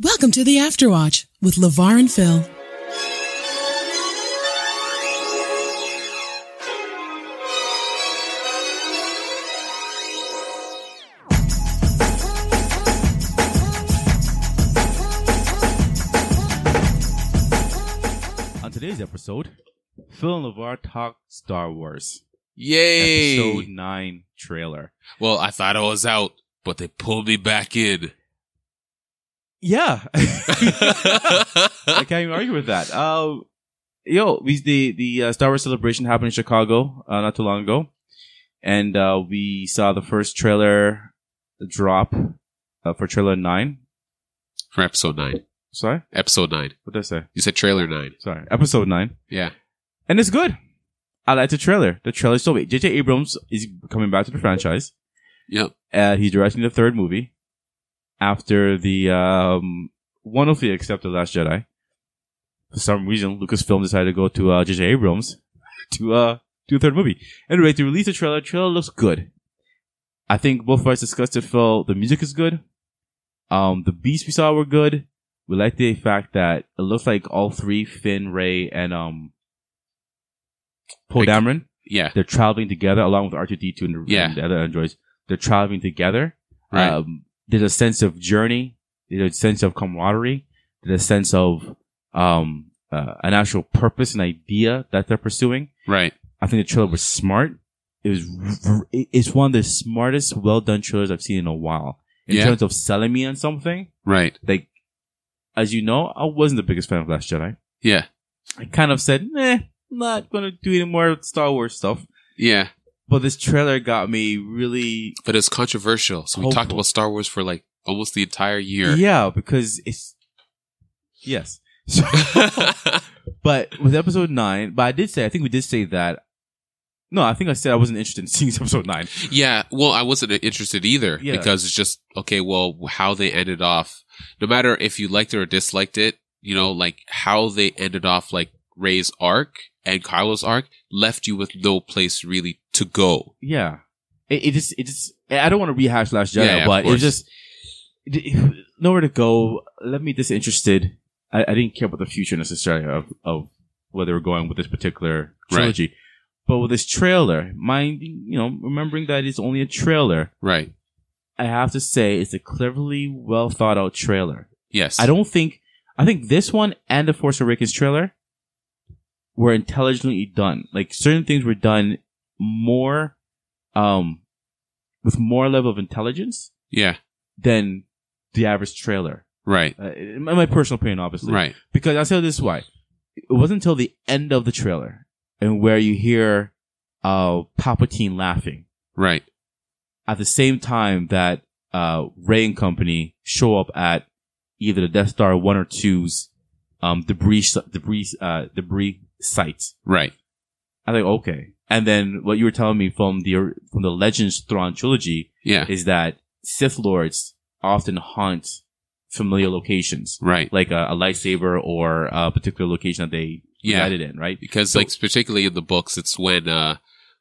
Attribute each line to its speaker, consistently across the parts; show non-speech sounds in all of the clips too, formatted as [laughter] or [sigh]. Speaker 1: Welcome to the Afterwatch with LeVar and Phil.
Speaker 2: On today's episode, Phil and LeVar talk Star Wars
Speaker 3: Yay!
Speaker 2: Episode 9 trailer.
Speaker 3: Well, I thought I was out, but they pulled me back [laughs] in.
Speaker 2: Yeah. I can't even argue with that. Uh, yo, we, the, the uh, Star Wars celebration happened in Chicago uh, not too long ago. And uh, we saw the first trailer drop uh, for trailer 9.
Speaker 3: From episode nine.
Speaker 2: Sorry?
Speaker 3: Episode nine.
Speaker 2: What did I say?
Speaker 3: You said trailer nine.
Speaker 2: Sorry. Episode 9.
Speaker 3: Yeah.
Speaker 2: And it's good. I like the trailer. The trailer so wait. JJ Abrams is coming back to the franchise.
Speaker 3: Yep.
Speaker 2: Uh, he's directing the third movie after the um, one of the except the Last Jedi. For some reason, Lucasfilm decided to go to uh, J.J. Abrams [laughs] to uh, do the third movie. Anyway, to release the trailer, trailer looks good. I think both of us discussed it. Phil, the music is good. Um, the beats we saw were good. We like the fact that it looks like all three Finn, Ray, and um, Poe
Speaker 3: Like-
Speaker 2: Dameron
Speaker 3: Yeah.
Speaker 2: they're traveling together along with R2D2 and the,
Speaker 3: Yeah.
Speaker 2: and the other androids. They're traveling together.
Speaker 3: Right.
Speaker 2: Um, there's a sense of journey. There's a sense of camaraderie. There's a sense of um, uh, an actual purpose and idea that they're pursuing.
Speaker 3: Right.
Speaker 2: I think the trailer was smart. It was r- r- it's one of the smartest, well done trailers I've seen in a while in
Speaker 3: Yeah.
Speaker 2: terms of selling me on something.
Speaker 3: Right.
Speaker 2: Like, as you know, I wasn't the biggest fan of Last Jedi.
Speaker 3: Yeah.
Speaker 2: I kind of said, "Nah, not gonna do any more Star Wars stuff."
Speaker 3: Yeah.
Speaker 2: But this trailer got me really
Speaker 3: But it's controversial. So we
Speaker 2: Hopeful.
Speaker 3: talked about Star Wars for like almost the entire year.
Speaker 2: Yeah, because it's yes. So-
Speaker 3: [laughs]
Speaker 2: but with episode nine, but I did say I think we did say that. No, I think I said I wasn't interested in seeing [laughs] episode nine.
Speaker 3: yeah. Well, I wasn't interested either
Speaker 2: Yeah.
Speaker 3: because it's just, okay, well, how they ended off, no matter if you liked it or disliked it, you know, like how they ended off, like Ray's arc and Kylo's arc left you with no place really to go.
Speaker 2: Yeah, it, it just it just I don't want to rehash Last Jedi,
Speaker 3: Yeah, yeah, of
Speaker 2: but
Speaker 3: course.
Speaker 2: it's just it- nowhere to go. Left me disinterested. I, I didn't care about the future necessarily of of where they were going with this particular
Speaker 3: Right.
Speaker 2: trilogy. But with this trailer, mind you know, remembering that it's only a trailer,
Speaker 3: Right.
Speaker 2: I have to say it's a cleverly well thought out trailer.
Speaker 3: Yes.
Speaker 2: I don't think I think this one and the Force Awakens trailer were intelligently done. Like certain things were done more um with more level of intelligence
Speaker 3: Yeah.
Speaker 2: than the average trailer.
Speaker 3: Right.
Speaker 2: Uh, in my personal opinion, obviously.
Speaker 3: Right.
Speaker 2: Because I'll tell you this why. It wasn't until the end of the trailer and where you hear uh Palpatine laughing
Speaker 3: Right.
Speaker 2: at the same time that uh, Ray and company show up at either the Death Star one or two's um, debris debris uh, debris site.
Speaker 3: Right.
Speaker 2: I think okay. And then what you were telling me from the from the Legends Thrawn trilogy
Speaker 3: Yeah.
Speaker 2: is that Sith lords often haunt familiar locations,
Speaker 3: Right.
Speaker 2: like a, a lightsaber or a particular location that they
Speaker 3: Yeah.
Speaker 2: resided in, right?
Speaker 3: Because
Speaker 2: So-
Speaker 3: like particularly in the books, it's when uh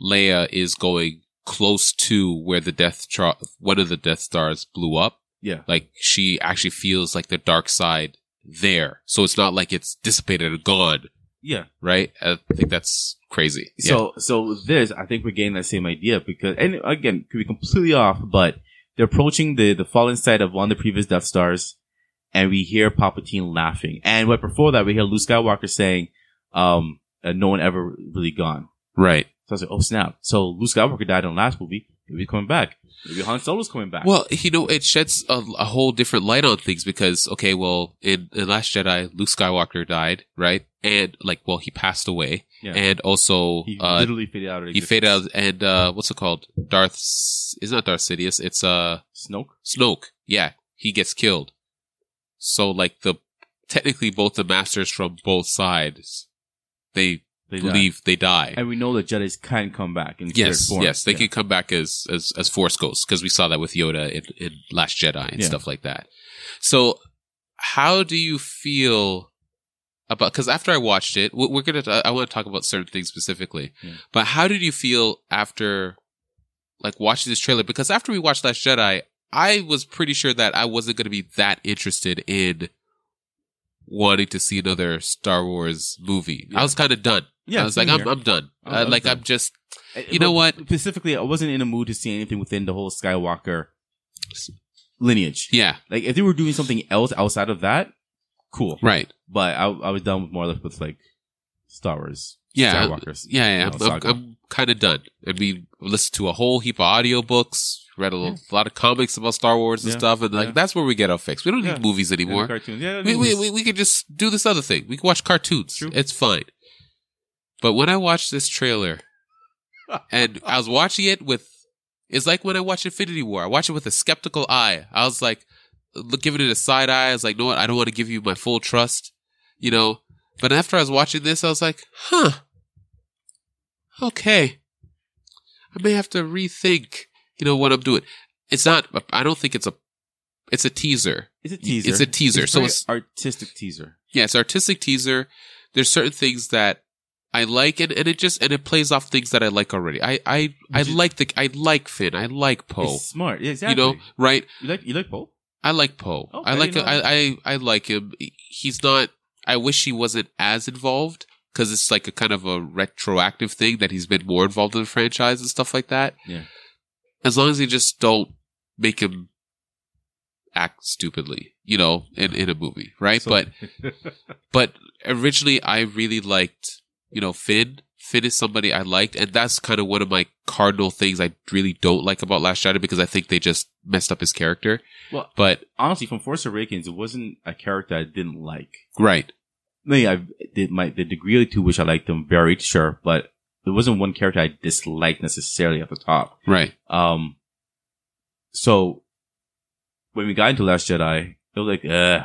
Speaker 3: Leia is going close to where the Death Star, one of the Death Stars blew up.
Speaker 2: Yeah.
Speaker 3: Like she actually feels like the dark side there. So it's not like it's dissipated and gone.
Speaker 2: Yeah.
Speaker 3: Right. I think that's crazy. Yeah.
Speaker 2: So so this, I think we're getting that same idea because, and again, could be completely off, but they're approaching the the fallen side of one of the previous Death Stars, and we hear Palpatine laughing, and what before that we hear Luke Skywalker saying, um, uh, "No one ever really gone."
Speaker 3: right.
Speaker 2: So I was like, "Oh snap!" So Luke Skywalker died in the last movie. Maybe he's coming back. Maybe Han Solo's coming back.
Speaker 3: Well, you know, it sheds a, a whole different light on things because, okay, well, in, in Last Jedi, Luke Skywalker died, right? And, like, well, he passed away.
Speaker 2: Yeah.
Speaker 3: And also,
Speaker 2: he
Speaker 3: uh,
Speaker 2: literally faded out. Of
Speaker 3: he
Speaker 2: existence.
Speaker 3: faded out, and, uh, what's it called? Darth, S- it's not Darth Sidious, it's, uh,
Speaker 2: Snoke.
Speaker 3: Snoke. Yeah, he gets killed. So, like, the, technically both the masters from both sides, they,
Speaker 2: They died.
Speaker 3: leave, they die.
Speaker 2: and we know that Jedi's can come back in
Speaker 3: Yes,
Speaker 2: spirit form.
Speaker 3: yes, they
Speaker 2: Yeah.
Speaker 3: can come back as as as Force ghosts because we saw that with Yoda in, in Last Jedi and
Speaker 2: Yeah.
Speaker 3: stuff like that. So, how do you feel about? Because after I watched it, we- we're gonna I want to talk about certain things specifically.
Speaker 2: Yeah.
Speaker 3: But how did you feel after like watching this trailer? Because after we watched Last Jedi, I was pretty sure that I wasn't going to be that interested in wanting to see another Star Wars movie. I
Speaker 2: Yeah.
Speaker 3: was kind of done.
Speaker 2: Yeah,
Speaker 3: I was
Speaker 2: same
Speaker 3: like, I'm,
Speaker 2: here.
Speaker 3: I'm done.
Speaker 2: I
Speaker 3: Uh,
Speaker 2: was
Speaker 3: like,
Speaker 2: done.
Speaker 3: I'm just
Speaker 2: I-
Speaker 3: You know
Speaker 2: but
Speaker 3: what?
Speaker 2: Specifically, I wasn't in a mood to see anything within the whole Skywalker lineage.
Speaker 3: yeah,
Speaker 2: Like, if they were doing something else outside of that, cool.
Speaker 3: right.
Speaker 2: But I, I was done with more or less with like Star Wars.
Speaker 3: Yeah,
Speaker 2: Skywalkers.
Speaker 3: Yeah,
Speaker 2: you
Speaker 3: yeah.
Speaker 2: know,
Speaker 3: I'm, I'm,
Speaker 2: saga.
Speaker 3: kind of done. I mean, listened to a whole heap of audiobooks, read a lo- lot of comics about Star Wars and
Speaker 2: Yeah,
Speaker 3: stuff, and like
Speaker 2: yeah.
Speaker 3: that's where we get our fix. We don't need
Speaker 2: Yeah.
Speaker 3: movies
Speaker 2: And the
Speaker 3: anymore.
Speaker 2: Cartoons. Yeah,
Speaker 3: we, we,
Speaker 2: movies.
Speaker 3: we, we could just do this other thing. We can watch cartoons.
Speaker 2: True.
Speaker 3: It's fine. But when I watched this trailer, and I was watching it with, it's like when I watch Infinity War. I watch it with a skeptical eye. I was like, look, giving it a side eye. I was like, no, what? I don't want to give you my full trust, you know. But after I was watching this, I was like, huh, okay, I may have to rethink, you know, what I'm doing. It's not. I don't think it's a. It's a teaser.
Speaker 2: It's a teaser.
Speaker 3: It's a teaser. So
Speaker 2: very
Speaker 3: it's-
Speaker 2: artistic teaser.
Speaker 3: yeah, it's artistic teaser. There's certain things that I like, and, and it just and it plays off things that I like already. I I, I
Speaker 2: Which is-
Speaker 3: like the I like Finn. I like Poe.
Speaker 2: It's smart. Yeah, exactly.
Speaker 3: You know, right?
Speaker 2: you like you like Pope?
Speaker 3: I like Poe.
Speaker 2: Okay,
Speaker 3: I like
Speaker 2: you know.
Speaker 3: I, I I like him. He's not. I wish he wasn't as involved because it's like a kind of a retroactive thing that he's been more involved in the franchise and stuff like that.
Speaker 2: Yeah.
Speaker 3: As long as they just don't make him act stupidly, you know, in, in a movie, right?
Speaker 2: So-
Speaker 3: but but originally I really liked, you know, Finn. Finn is somebody I liked, and that's kind of one of my cardinal things I really don't like about Last Jedi because I think they just messed up his character.
Speaker 2: [laughs] Well-
Speaker 3: but
Speaker 2: honestly, from Force Awakens, it wasn't a character I didn't like.
Speaker 3: right,
Speaker 2: I mean, I did my the degree to which I liked them varied, sure, but there wasn't one character I disliked necessarily at the top.
Speaker 3: right,
Speaker 2: Um, so when we got into Last Jedi, it was like, ugh,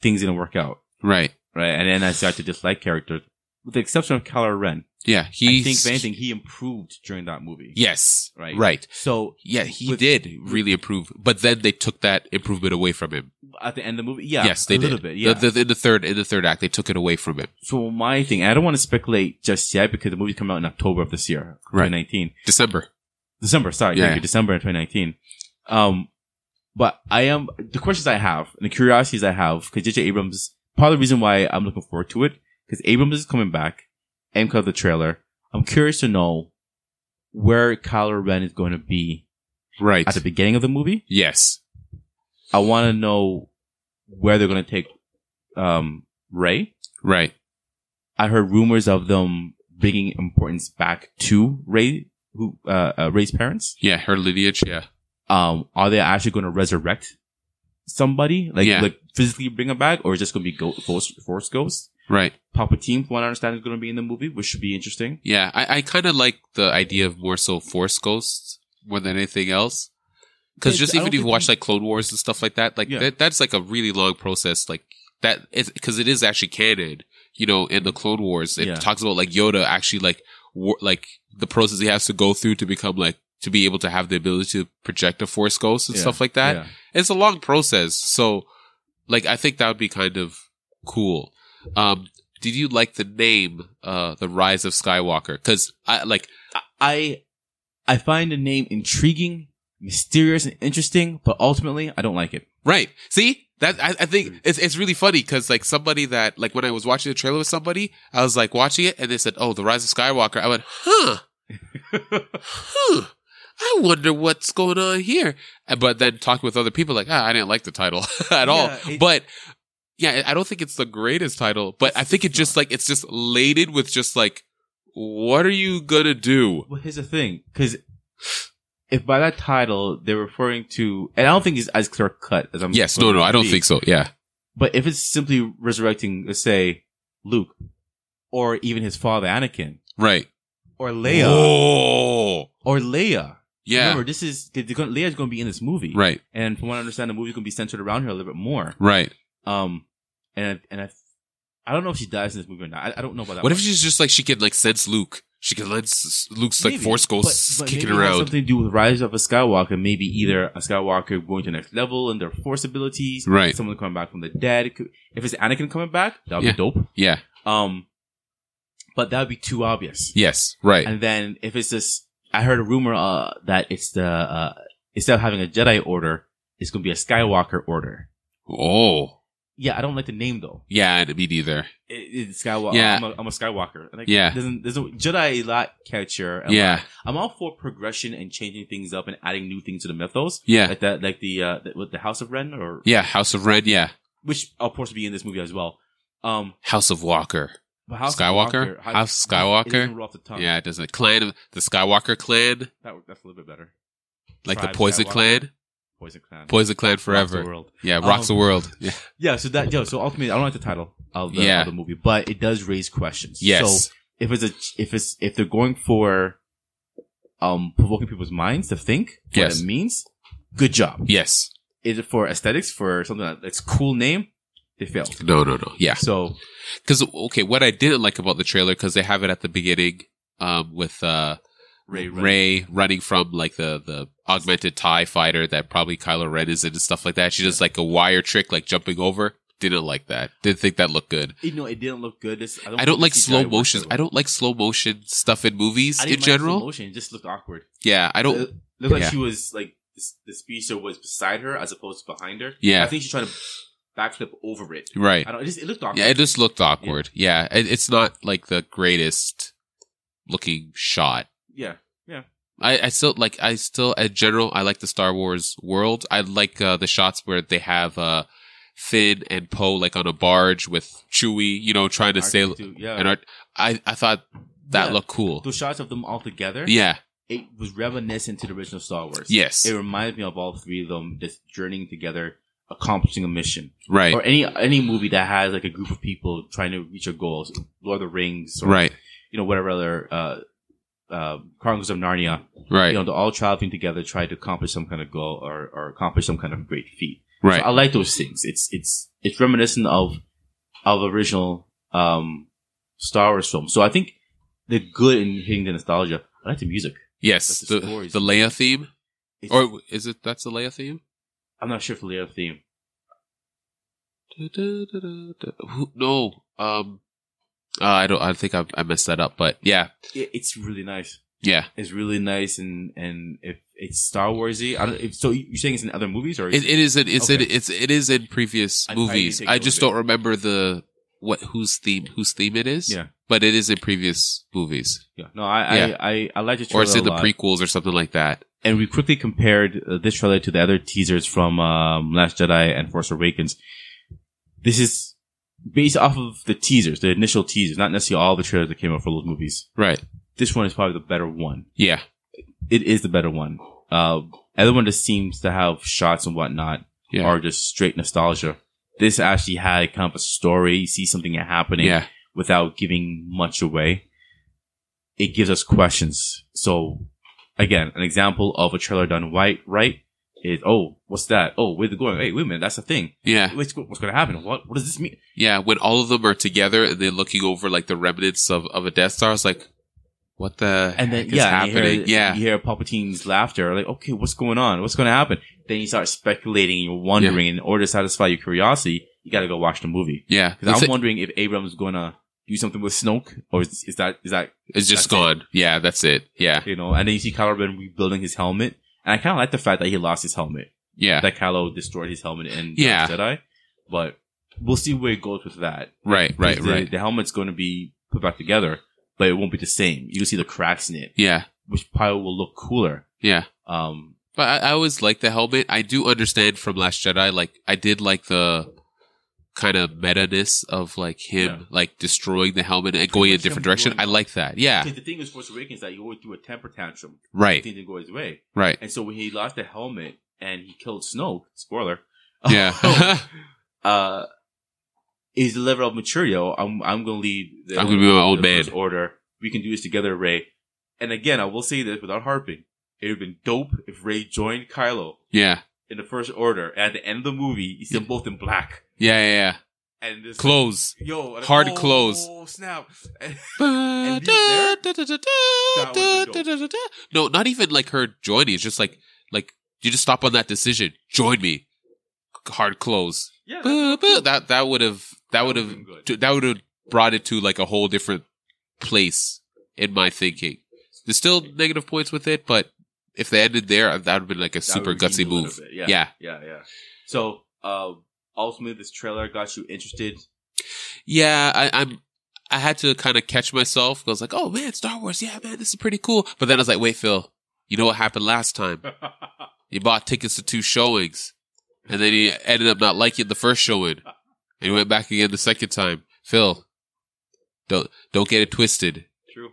Speaker 2: things didn't work out,
Speaker 3: right.
Speaker 2: right? And then I started to dislike characters, with the exception of Kylo Ren.
Speaker 3: Yeah, he.
Speaker 2: I think, if anything, he improved during that movie.
Speaker 3: Yes,
Speaker 2: Right.
Speaker 3: right, right.
Speaker 2: So
Speaker 3: Yeah, he
Speaker 2: With-
Speaker 3: did really improve, but then they took that improvement away from him.
Speaker 2: at the end of the movie, yeah,
Speaker 3: yes, they
Speaker 2: a little
Speaker 3: did.
Speaker 2: bit, yeah.
Speaker 3: The- the- in the third, in the third act, they took it away from him.
Speaker 2: so my thing, and I don't want to speculate just yet because the movie's coming out in October of this year,
Speaker 3: Right.
Speaker 2: 2019.
Speaker 3: December.
Speaker 2: December, sorry,
Speaker 3: Yeah.
Speaker 2: thank you, December in 2019. Um, but I am, the questions I have and the curiosities I have, because JJ Abrams, part of the reason why I'm looking forward to it, because Abrams is coming back and because of the trailer, I'm curious to know where Kylo Ren is going to be
Speaker 3: Right.
Speaker 2: at the beginning of the movie.
Speaker 3: yes.
Speaker 2: I want to know where they're going to take, um, Ray.
Speaker 3: Right.
Speaker 2: I heard rumors of them bringing importance back to Ray, who uh, uh, Ray's parents.
Speaker 3: Yeah, her lineage. Yeah.
Speaker 2: Um, are they actually going to resurrect somebody, like
Speaker 3: Yeah.
Speaker 2: like physically bring them back, or is it just going to be ghost, force, force ghosts?
Speaker 3: Right.
Speaker 2: Palpatine, from what I understand, is going to be in the movie, which should be interesting.
Speaker 3: Yeah, I, I kind of like the idea of more so force ghosts more than anything else. Because
Speaker 2: It's-
Speaker 3: just
Speaker 2: I
Speaker 3: even
Speaker 2: don't
Speaker 3: if you
Speaker 2: think
Speaker 3: watch
Speaker 2: we-
Speaker 3: like Clone Wars and stuff like that, like
Speaker 2: Yeah.
Speaker 3: that, that's like a really long process. Like that is because it is actually canon. You know, in the Clone Wars, it
Speaker 2: Yeah.
Speaker 3: talks about like Yoda actually like war, like the process he has to go through to become like to be able to have the ability to project a force ghost and
Speaker 2: Yeah,
Speaker 3: stuff like that
Speaker 2: Yeah.
Speaker 3: it's a long process. So, like, I think that would be kind of cool. Um, did you like the name, uh, The Rise of Skywalker? Cause I, like,
Speaker 2: I I find the name intriguing, mysterious, and interesting, but ultimately, I don't like it.
Speaker 3: right. See? That, I, I think it's, it's really funny because like somebody that, like when I was watching the trailer with somebody, I was like watching it and they said, Oh, The Rise of Skywalker. I went, huh, huh. I wonder what's going on here. And- But then talking with other people, like, ah, I didn't like the title [laughs] at all.
Speaker 2: Yeah, it-
Speaker 3: but yeah, I don't think it's the greatest title, but I think it just like it's just laden with just like, what are you gonna do?
Speaker 2: Well, here's the thing, because if by that title they're referring to, and I don't think it's as clear cut as I'm.
Speaker 3: Yes, no, no, I don't think so. Yeah,
Speaker 2: But if it's simply resurrecting, let's say Luke, or even his father Anakin,
Speaker 3: right.
Speaker 2: or Leia,
Speaker 3: Oh,
Speaker 2: or Leia.
Speaker 3: yeah.
Speaker 2: Remember, this is they're gonna, Leia's going to be in this movie,
Speaker 3: Right,
Speaker 2: And from what I understand, the movie's going to be centered around her a little bit more.
Speaker 3: right.
Speaker 2: Um, and I, and I, I don't know if she dies in this movie or not. I, I don't know about that.
Speaker 3: What if
Speaker 2: one.
Speaker 3: she's just like she can like sense Luke? She can let s- Luke's like
Speaker 2: Maybe,
Speaker 3: force ghosts
Speaker 2: but- but
Speaker 3: kicking
Speaker 2: maybe it has
Speaker 3: around.
Speaker 2: Something to do with Rise of a Skywalker. Maybe either a Skywalker going to the next level and their force abilities.
Speaker 3: Right.
Speaker 2: Someone coming back from the dead. It could- If it's Anakin coming back, that would
Speaker 3: Yeah.
Speaker 2: be dope.
Speaker 3: Yeah.
Speaker 2: Um, but that would be too obvious.
Speaker 3: Yes. Right.
Speaker 2: And then if it's this, I heard a rumor uh, that it's the uh, instead of having a Jedi Order, it's going to be a Skywalker Order.
Speaker 3: Oh,
Speaker 2: Yeah, I don't like the name though.
Speaker 3: yeah, and me neither.
Speaker 2: It, it's Skywalker.
Speaker 3: Yeah.
Speaker 2: I'm, a, I'm a Skywalker. Like,
Speaker 3: Yeah.
Speaker 2: doesn't- there's a Jedi lot catcher. I'm
Speaker 3: yeah,
Speaker 2: I'm all for progression and changing things up and adding new things to the mythos.
Speaker 3: yeah,
Speaker 2: Like that, like the uh, the, with the House of Ren, or
Speaker 3: yeah. House of Red. Yeah,
Speaker 2: which of course will be in this movie as well. Um,
Speaker 3: House of Walker.
Speaker 2: but House of
Speaker 3: Skywalker?
Speaker 2: Walker-
Speaker 3: House
Speaker 2: It
Speaker 3: Skywalker?
Speaker 2: doesn't roll off the tongue.
Speaker 3: Yeah, it doesn't. Clan of the Skywalker clan,
Speaker 2: that, that's a little bit better.
Speaker 3: like
Speaker 2: Tribe
Speaker 3: the Poison
Speaker 2: Skywalker.
Speaker 3: Clan.
Speaker 2: Poison Clan,
Speaker 3: Poison Clan
Speaker 2: Rocks the
Speaker 3: forever.
Speaker 2: world.
Speaker 3: Yeah, rocks
Speaker 2: Um,
Speaker 3: the world. Yeah.
Speaker 2: Yeah, so that yo, so ultimately, I don't like the title of the,
Speaker 3: Yeah.
Speaker 2: of the movie, but it does raise questions.
Speaker 3: Yes.
Speaker 2: So if it's a if it's if they're going for um provoking people's minds to think what
Speaker 3: Yes.
Speaker 2: it means, good job.
Speaker 3: yes.
Speaker 2: Is it for aesthetics for something that- that's cool name? They failed.
Speaker 3: No, no, no. Yeah.
Speaker 2: So
Speaker 3: Because okay, what I didn't like about the trailer because they have it at the beginning um, with uh,
Speaker 2: Ray,
Speaker 3: Ray,
Speaker 2: Ray,
Speaker 3: running from like the the augmented Tie fighter that probably Kylo Ren is in and stuff like that. She does like a wire trick, like jumping over. Didn't like that. Didn't think that looked good.
Speaker 2: you know, it didn't look good. This,
Speaker 3: I
Speaker 2: think
Speaker 3: don't like
Speaker 2: the CGI
Speaker 3: slow
Speaker 2: worked
Speaker 3: motions.
Speaker 2: that
Speaker 3: I
Speaker 2: well.
Speaker 3: don't like slow motion stuff in movies
Speaker 2: I
Speaker 3: in
Speaker 2: didn't like
Speaker 3: general.
Speaker 2: slow motion. Uh, It just looked awkward.
Speaker 3: Yeah, I
Speaker 2: It
Speaker 3: don't.
Speaker 2: looked like
Speaker 3: Yeah.
Speaker 2: she was like this, the speedster was beside her as opposed to behind her.
Speaker 3: Yeah.
Speaker 2: I think she tried to backflip over it.
Speaker 3: Right.
Speaker 2: I don't. It, just, it looked awkward.
Speaker 3: Yeah, it just looked awkward. Yeah, it, it's not like the greatest looking shot.
Speaker 2: yeah.
Speaker 3: I, I still like. I still, in general, I like the Star Wars world. I like uh, the shots where they have uh, Finn and Poe like on a barge with Chewie. You know, trying to sail.
Speaker 2: R2, yeah.
Speaker 3: And art, I, I thought that
Speaker 2: Yeah.
Speaker 3: looked cool.
Speaker 2: Those shots of them all together.
Speaker 3: Yeah.
Speaker 2: It was reminiscent to the original Star Wars.
Speaker 3: Yes.
Speaker 2: It reminded me of all three of them just journeying together, accomplishing a mission,
Speaker 3: Right.
Speaker 2: or any any movie that has like a group of people trying to reach a goal. So Lord of the Rings, or,
Speaker 3: Right.
Speaker 2: You know, whatever other. Uh, uh, Chronicles of Narnia, you
Speaker 3: Right.
Speaker 2: know, they're all traveling together, trying to accomplish some kind of goal or, or accomplish some kind of great feat.
Speaker 3: Right.
Speaker 2: So I like those things. It's it's it's reminiscent of of original um Star Wars films. So I think the good in hitting the nostalgia. I like the music.
Speaker 3: Yes.
Speaker 2: But the
Speaker 3: The
Speaker 2: stories-
Speaker 3: the Leia theme,
Speaker 2: It's,
Speaker 3: or is it that's the Leia theme?
Speaker 2: I'm not sure if the layout theme.
Speaker 3: Da-da-da-da-da. Who- No, um, uh, I don't. I think I, I messed that up. But yeah,
Speaker 2: It, it's really nice.
Speaker 3: yeah.
Speaker 2: It's really nice, and and if it's Star Warsy, I don't. If, so you're saying it's in other movies, or
Speaker 3: It, it is. In, it's in,
Speaker 2: Okay.
Speaker 3: It's it is in previous
Speaker 2: I- I
Speaker 3: movies.
Speaker 2: didn't take
Speaker 3: I
Speaker 2: note
Speaker 3: just
Speaker 2: of
Speaker 3: don't remember the what whose theme whose theme it is.
Speaker 2: Yeah.
Speaker 3: but it is in previous movies,
Speaker 2: yeah. No, I
Speaker 3: Yeah.
Speaker 2: I, I I like the
Speaker 3: or
Speaker 2: trailer
Speaker 3: it's in
Speaker 2: a
Speaker 3: the
Speaker 2: lot.
Speaker 3: prequels or something like that.
Speaker 2: and we quickly compared uh, this trailer to the other teasers from um, Last Jedi and Force Awakens. This is based off of the teasers, the initial teasers, not necessarily all the trailers that came out for those movies.
Speaker 3: Right.
Speaker 2: This one is probably the better one.
Speaker 3: Yeah.
Speaker 2: It is the better one. Uh, other one just seems to have shots and whatnot,
Speaker 3: Yeah.
Speaker 2: or just straight nostalgia. This actually had kind of a story. You see something happening
Speaker 3: yeah.
Speaker 2: without giving much away, it gives us questions. So again, an example of a trailer done right, right is, oh, what's that? Oh, where's it going? Hey, wait a minute, that's a thing.
Speaker 3: Yeah.
Speaker 2: What's, what's going to happen? What, what does this mean?
Speaker 3: Yeah. When all of them are together and they're looking over like the remnants of of a Death Star, it's like, what the
Speaker 2: And then,
Speaker 3: heck
Speaker 2: yeah,
Speaker 3: is
Speaker 2: and
Speaker 3: happening?
Speaker 2: You hear,
Speaker 3: yeah.
Speaker 2: You hear Palpatine's laughter, like, okay, what's going on? What's going to happen? Then you start speculating and you're wondering. In order to satisfy your curiosity, you got to go watch the movie.
Speaker 3: Yeah.
Speaker 2: Because
Speaker 3: It's,
Speaker 2: I'm wondering if Abrams going to do something with Snoke, or is, is that is that
Speaker 3: it's just
Speaker 2: that's it.
Speaker 3: gone. Yeah. That's it. Yeah.
Speaker 2: you know, and then you see Kylo Ren rebuilding his helmet. And I kind of like the fact that he lost his helmet.
Speaker 3: Yeah.
Speaker 2: That Kylo destroyed his helmet in
Speaker 3: Yeah.
Speaker 2: Last Jedi. But we'll see where it goes with that.
Speaker 3: Right, right,
Speaker 2: the,
Speaker 3: right.
Speaker 2: The helmet's going to be put back together, but it won't be the same. You'll see the cracks in it,
Speaker 3: Yeah,
Speaker 2: which probably will look cooler.
Speaker 3: yeah.
Speaker 2: Um,
Speaker 3: But I, I always like the helmet. I do understand from Last Jedi, like I did like the kind of meta ness of like him
Speaker 2: Yeah.
Speaker 3: like destroying the helmet and going in a
Speaker 2: much him
Speaker 3: different direction. I
Speaker 2: blowing
Speaker 3: like that. Yeah.
Speaker 2: 'cause the thing with Force Awakens is that he always threw a temper tantrum.
Speaker 3: Right.
Speaker 2: Things didn't go his way. [laughs]
Speaker 3: Right.
Speaker 2: And so when he lost the helmet and he killed Snoke, spoiler.
Speaker 3: Yeah. [laughs]
Speaker 2: uh, is the level of maturity. Oh, I'm I'm gonna lead. The,
Speaker 3: I'm gonna be my own
Speaker 2: the
Speaker 3: man.
Speaker 2: first Order. We can do this together, Ray. And again, I will say this without harping. It would have been dope if Ray joined Kylo
Speaker 3: yeah.
Speaker 2: in the First Order. And at the end of the movie, you see them both in black
Speaker 3: Yeah. Yeah. yeah.
Speaker 2: and this
Speaker 3: Close.
Speaker 2: Yo, and-
Speaker 3: Hard
Speaker 2: oh,
Speaker 3: close.
Speaker 2: snap! [laughs] And-
Speaker 3: No,
Speaker 2: he's there? That would've been
Speaker 3: [laughs] not even like her joining. It's just like like you just stop on that decision. Join me. Hard close.
Speaker 2: yeah, that's-
Speaker 3: Boo, boo. [laughs] that that would have that would have
Speaker 2: would've been good.
Speaker 3: t- that would have brought it to like a whole different place in my thinking. There's still negative points with it, but if they ended there, uh, that would have been like a
Speaker 2: That
Speaker 3: super
Speaker 2: would redeem
Speaker 3: gutsy
Speaker 2: a little
Speaker 3: move.
Speaker 2: bit,
Speaker 3: Yeah.
Speaker 2: Yeah. Yeah. Yeah. So, uh, ultimately, this trailer got you interested. [laughs]
Speaker 3: Yeah, I, I'm. I had to kind of catch myself. 'cause I was like, "Oh man, Star Wars! Yeah, man, this is pretty cool." But then I was like, "Wait, Phil, you know what happened last time? You bought tickets to two showings, and then you ended up not liking the first showing, and you went back again the second time. Phil, don't don't get it twisted.
Speaker 2: True.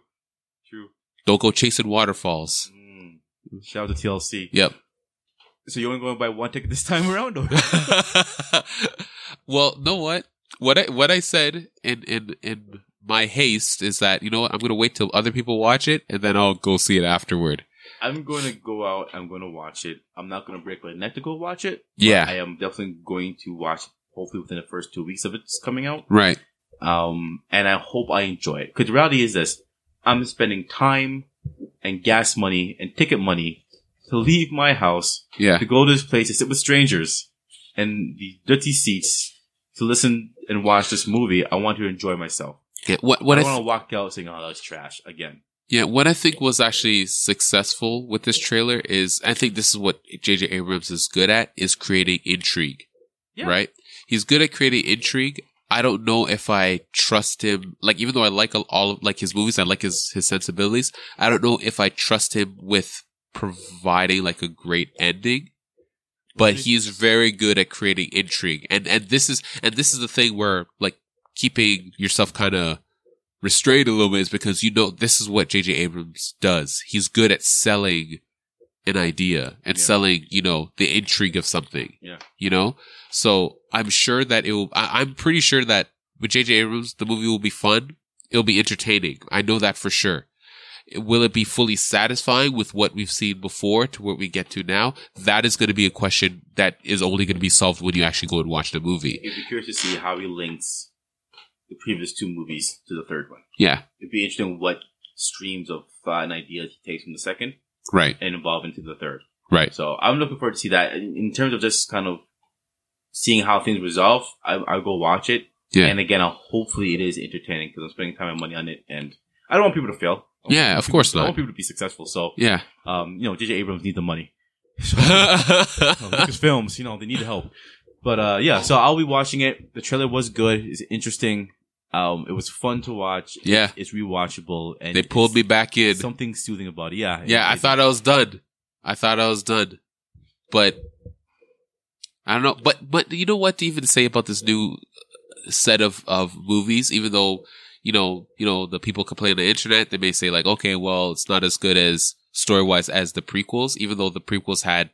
Speaker 2: True.
Speaker 3: Don't go chasing waterfalls. [laughs]
Speaker 2: Mm. Shout out to TLC.
Speaker 3: Yep.
Speaker 2: So you only going to buy one ticket this time around,
Speaker 3: [laughs]
Speaker 2: or
Speaker 3: well, know what? What I what I said in in in my haste is that you know what? I'm gonna wait till other people watch it, and then I'll go see it afterward.
Speaker 2: I'm going to go out. I'm going to watch it. I'm not going to break my neck to go watch it.
Speaker 3: Yeah.
Speaker 2: I am definitely going to watch. Hopefully, within the first two weeks of it's coming out.
Speaker 3: Right.
Speaker 2: um, and I hope I enjoy it. Because the reality is this: I'm spending time and gas money and ticket money to leave my house
Speaker 3: Yeah.
Speaker 2: to go to this place to sit with strangers and the dirty seats to listen and watch this movie. I want to enjoy myself.
Speaker 3: Yeah, What what
Speaker 2: I
Speaker 3: I,
Speaker 2: don't want
Speaker 3: th-
Speaker 2: to walk out saying, "Oh, that's trash" again.
Speaker 3: yeah what I think was actually successful with this trailer is I think this is what J.J. Abrams is good at is creating intrigue.
Speaker 2: Yeah.
Speaker 3: Right. He's good at creating intrigue. I don't know if I trust him. Like, even though I like all of like his movies, I like his his sensibilities. I don't know if I trust him with providing like a great ending. But
Speaker 2: Mhm.
Speaker 3: he's very good at creating intrigue, and and this is and this is the thing where like keeping yourself kind of restrained a little bit is because you know this is what J.J. Abrams does. He's good at selling an idea and
Speaker 2: Yeah.
Speaker 3: selling you know the intrigue of something.
Speaker 2: Yeah.
Speaker 3: you know. So I'm sure that it will. I, I'm pretty sure that with J.J. Abrams, the movie will be fun. It'll be entertaining. I know that for sure. Will it be fully satisfying with what we've seen before to what we get to now? That is going to be a question that is only going to be solved when you actually go and watch the movie.
Speaker 2: It'd be curious to see how he links the previous two movies to the third one.
Speaker 3: Yeah,
Speaker 2: It'd be interesting what streams of thought and ideas he takes from the second
Speaker 3: right,
Speaker 2: and evolve into the third.
Speaker 3: right.
Speaker 2: So I'm looking forward to see that. In, in terms of just kind of seeing how things resolve, I, I'll go watch it.
Speaker 3: Yeah.
Speaker 2: And again, I'll, hopefully it is entertaining because I'm spending time and money on it, and I don't want people to fail. I want
Speaker 3: Yeah,
Speaker 2: people
Speaker 3: of
Speaker 2: to-
Speaker 3: course
Speaker 2: I
Speaker 3: not.
Speaker 2: want people to be successful. So,
Speaker 3: Yeah.
Speaker 2: um, you know, JJ Abrams needs the
Speaker 3: [laughs]
Speaker 2: money. [laughs] So, you know,
Speaker 3: yeah,
Speaker 2: Lucasfilms, you know, they need the help. But uh, yeah, so I'll be watching it. The trailer was good. It's interesting. Um, it was fun to watch. It's rewatchable, and
Speaker 3: they pulled me
Speaker 2: it's
Speaker 3: back in.
Speaker 2: Something soothing about it. Yeah.
Speaker 3: Yeah, I
Speaker 2: It-
Speaker 3: thought I was done. I thought I was done. But I don't know. But but you know what to even say about this new uh, set of of movies? Even though you know you know the people complain on the internet, they may say like, okay, well, it's not as good as story wise as the prequels. Even though the prequels had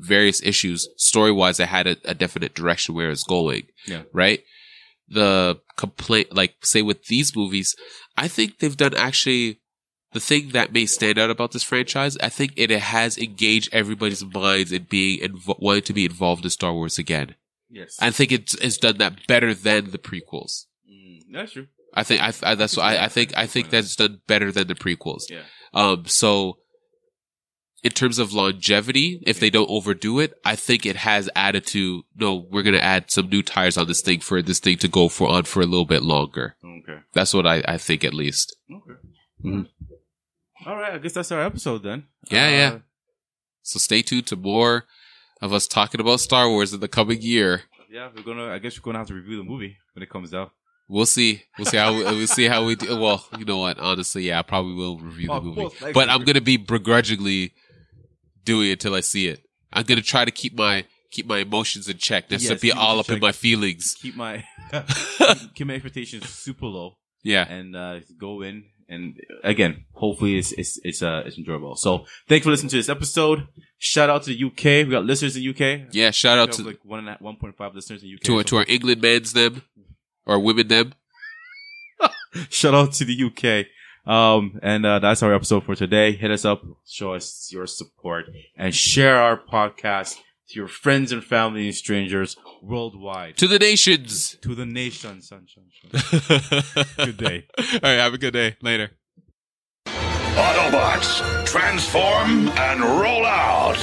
Speaker 3: various issues story wise, it had a, a definite direction where it's going.
Speaker 2: Yeah.
Speaker 3: Right. The complaint, like say with these movies, I think they've done actually the thing that may stand out about this franchise, I think it has engaged everybody's minds in being invo- wanting to be involved in Star Wars again.
Speaker 2: Yes.
Speaker 3: I think it's, it's done that better than the prequels.
Speaker 2: Mm, that's true.
Speaker 3: I think I, I that's what I, I think I think that's done better than the prequels.
Speaker 2: Yeah.
Speaker 3: Um, so in terms of longevity, if they don't overdo it, I think it has added to no, we're gonna add some new tires on this thing for this thing to go for on for a little bit longer.
Speaker 2: Okay.
Speaker 3: That's what I, I think at least.
Speaker 2: Okay.
Speaker 3: Mhm.
Speaker 2: All right. I guess that's our episode then. Uh,
Speaker 3: Yeah, yeah. So stay tuned to more of us talking about Star Wars in the coming year.
Speaker 2: Yeah, we're gonna. I guess we're gonna have to review the movie when it comes out.
Speaker 3: We'll see. We'll see how we, we'll see how we do. Well, you know what? Honestly, yeah, I probably will review the
Speaker 2: Of
Speaker 3: movie,
Speaker 2: course, thank
Speaker 3: but
Speaker 2: you.
Speaker 3: I'm gonna be begrudgingly doing it till I see it. I'm gonna try to keep my keep my emotions in check. This
Speaker 2: Yes,
Speaker 3: would be
Speaker 2: keep it
Speaker 3: all
Speaker 2: in
Speaker 3: up in
Speaker 2: check.
Speaker 3: my feelings.
Speaker 2: Keep
Speaker 3: [laughs]
Speaker 2: my [laughs] keep my expectations super low
Speaker 3: Yeah.
Speaker 2: and uh, go in. And again, hopefully it's it's it's uh it's enjoyable. So thanks for listening to this episode. Shout out to the UK. We got listeners in UK.
Speaker 3: Yeah. Shout
Speaker 2: We
Speaker 3: out
Speaker 2: have
Speaker 3: to
Speaker 2: like one and a- 1.5 listeners in UK.
Speaker 3: to,
Speaker 2: So
Speaker 3: our- to our England men's them or women them.
Speaker 2: shout out to the UK. Um, and uh, that's our episode for today. Hit us up, show us your support, and share our podcast to your friends and family and strangers worldwide.
Speaker 3: To
Speaker 2: [laughs]
Speaker 3: the nations.
Speaker 2: To the nation, sunshine.
Speaker 3: good
Speaker 2: day.
Speaker 3: [laughs] All right. Have a good day. Later.
Speaker 4: Autobots, transform and roll out.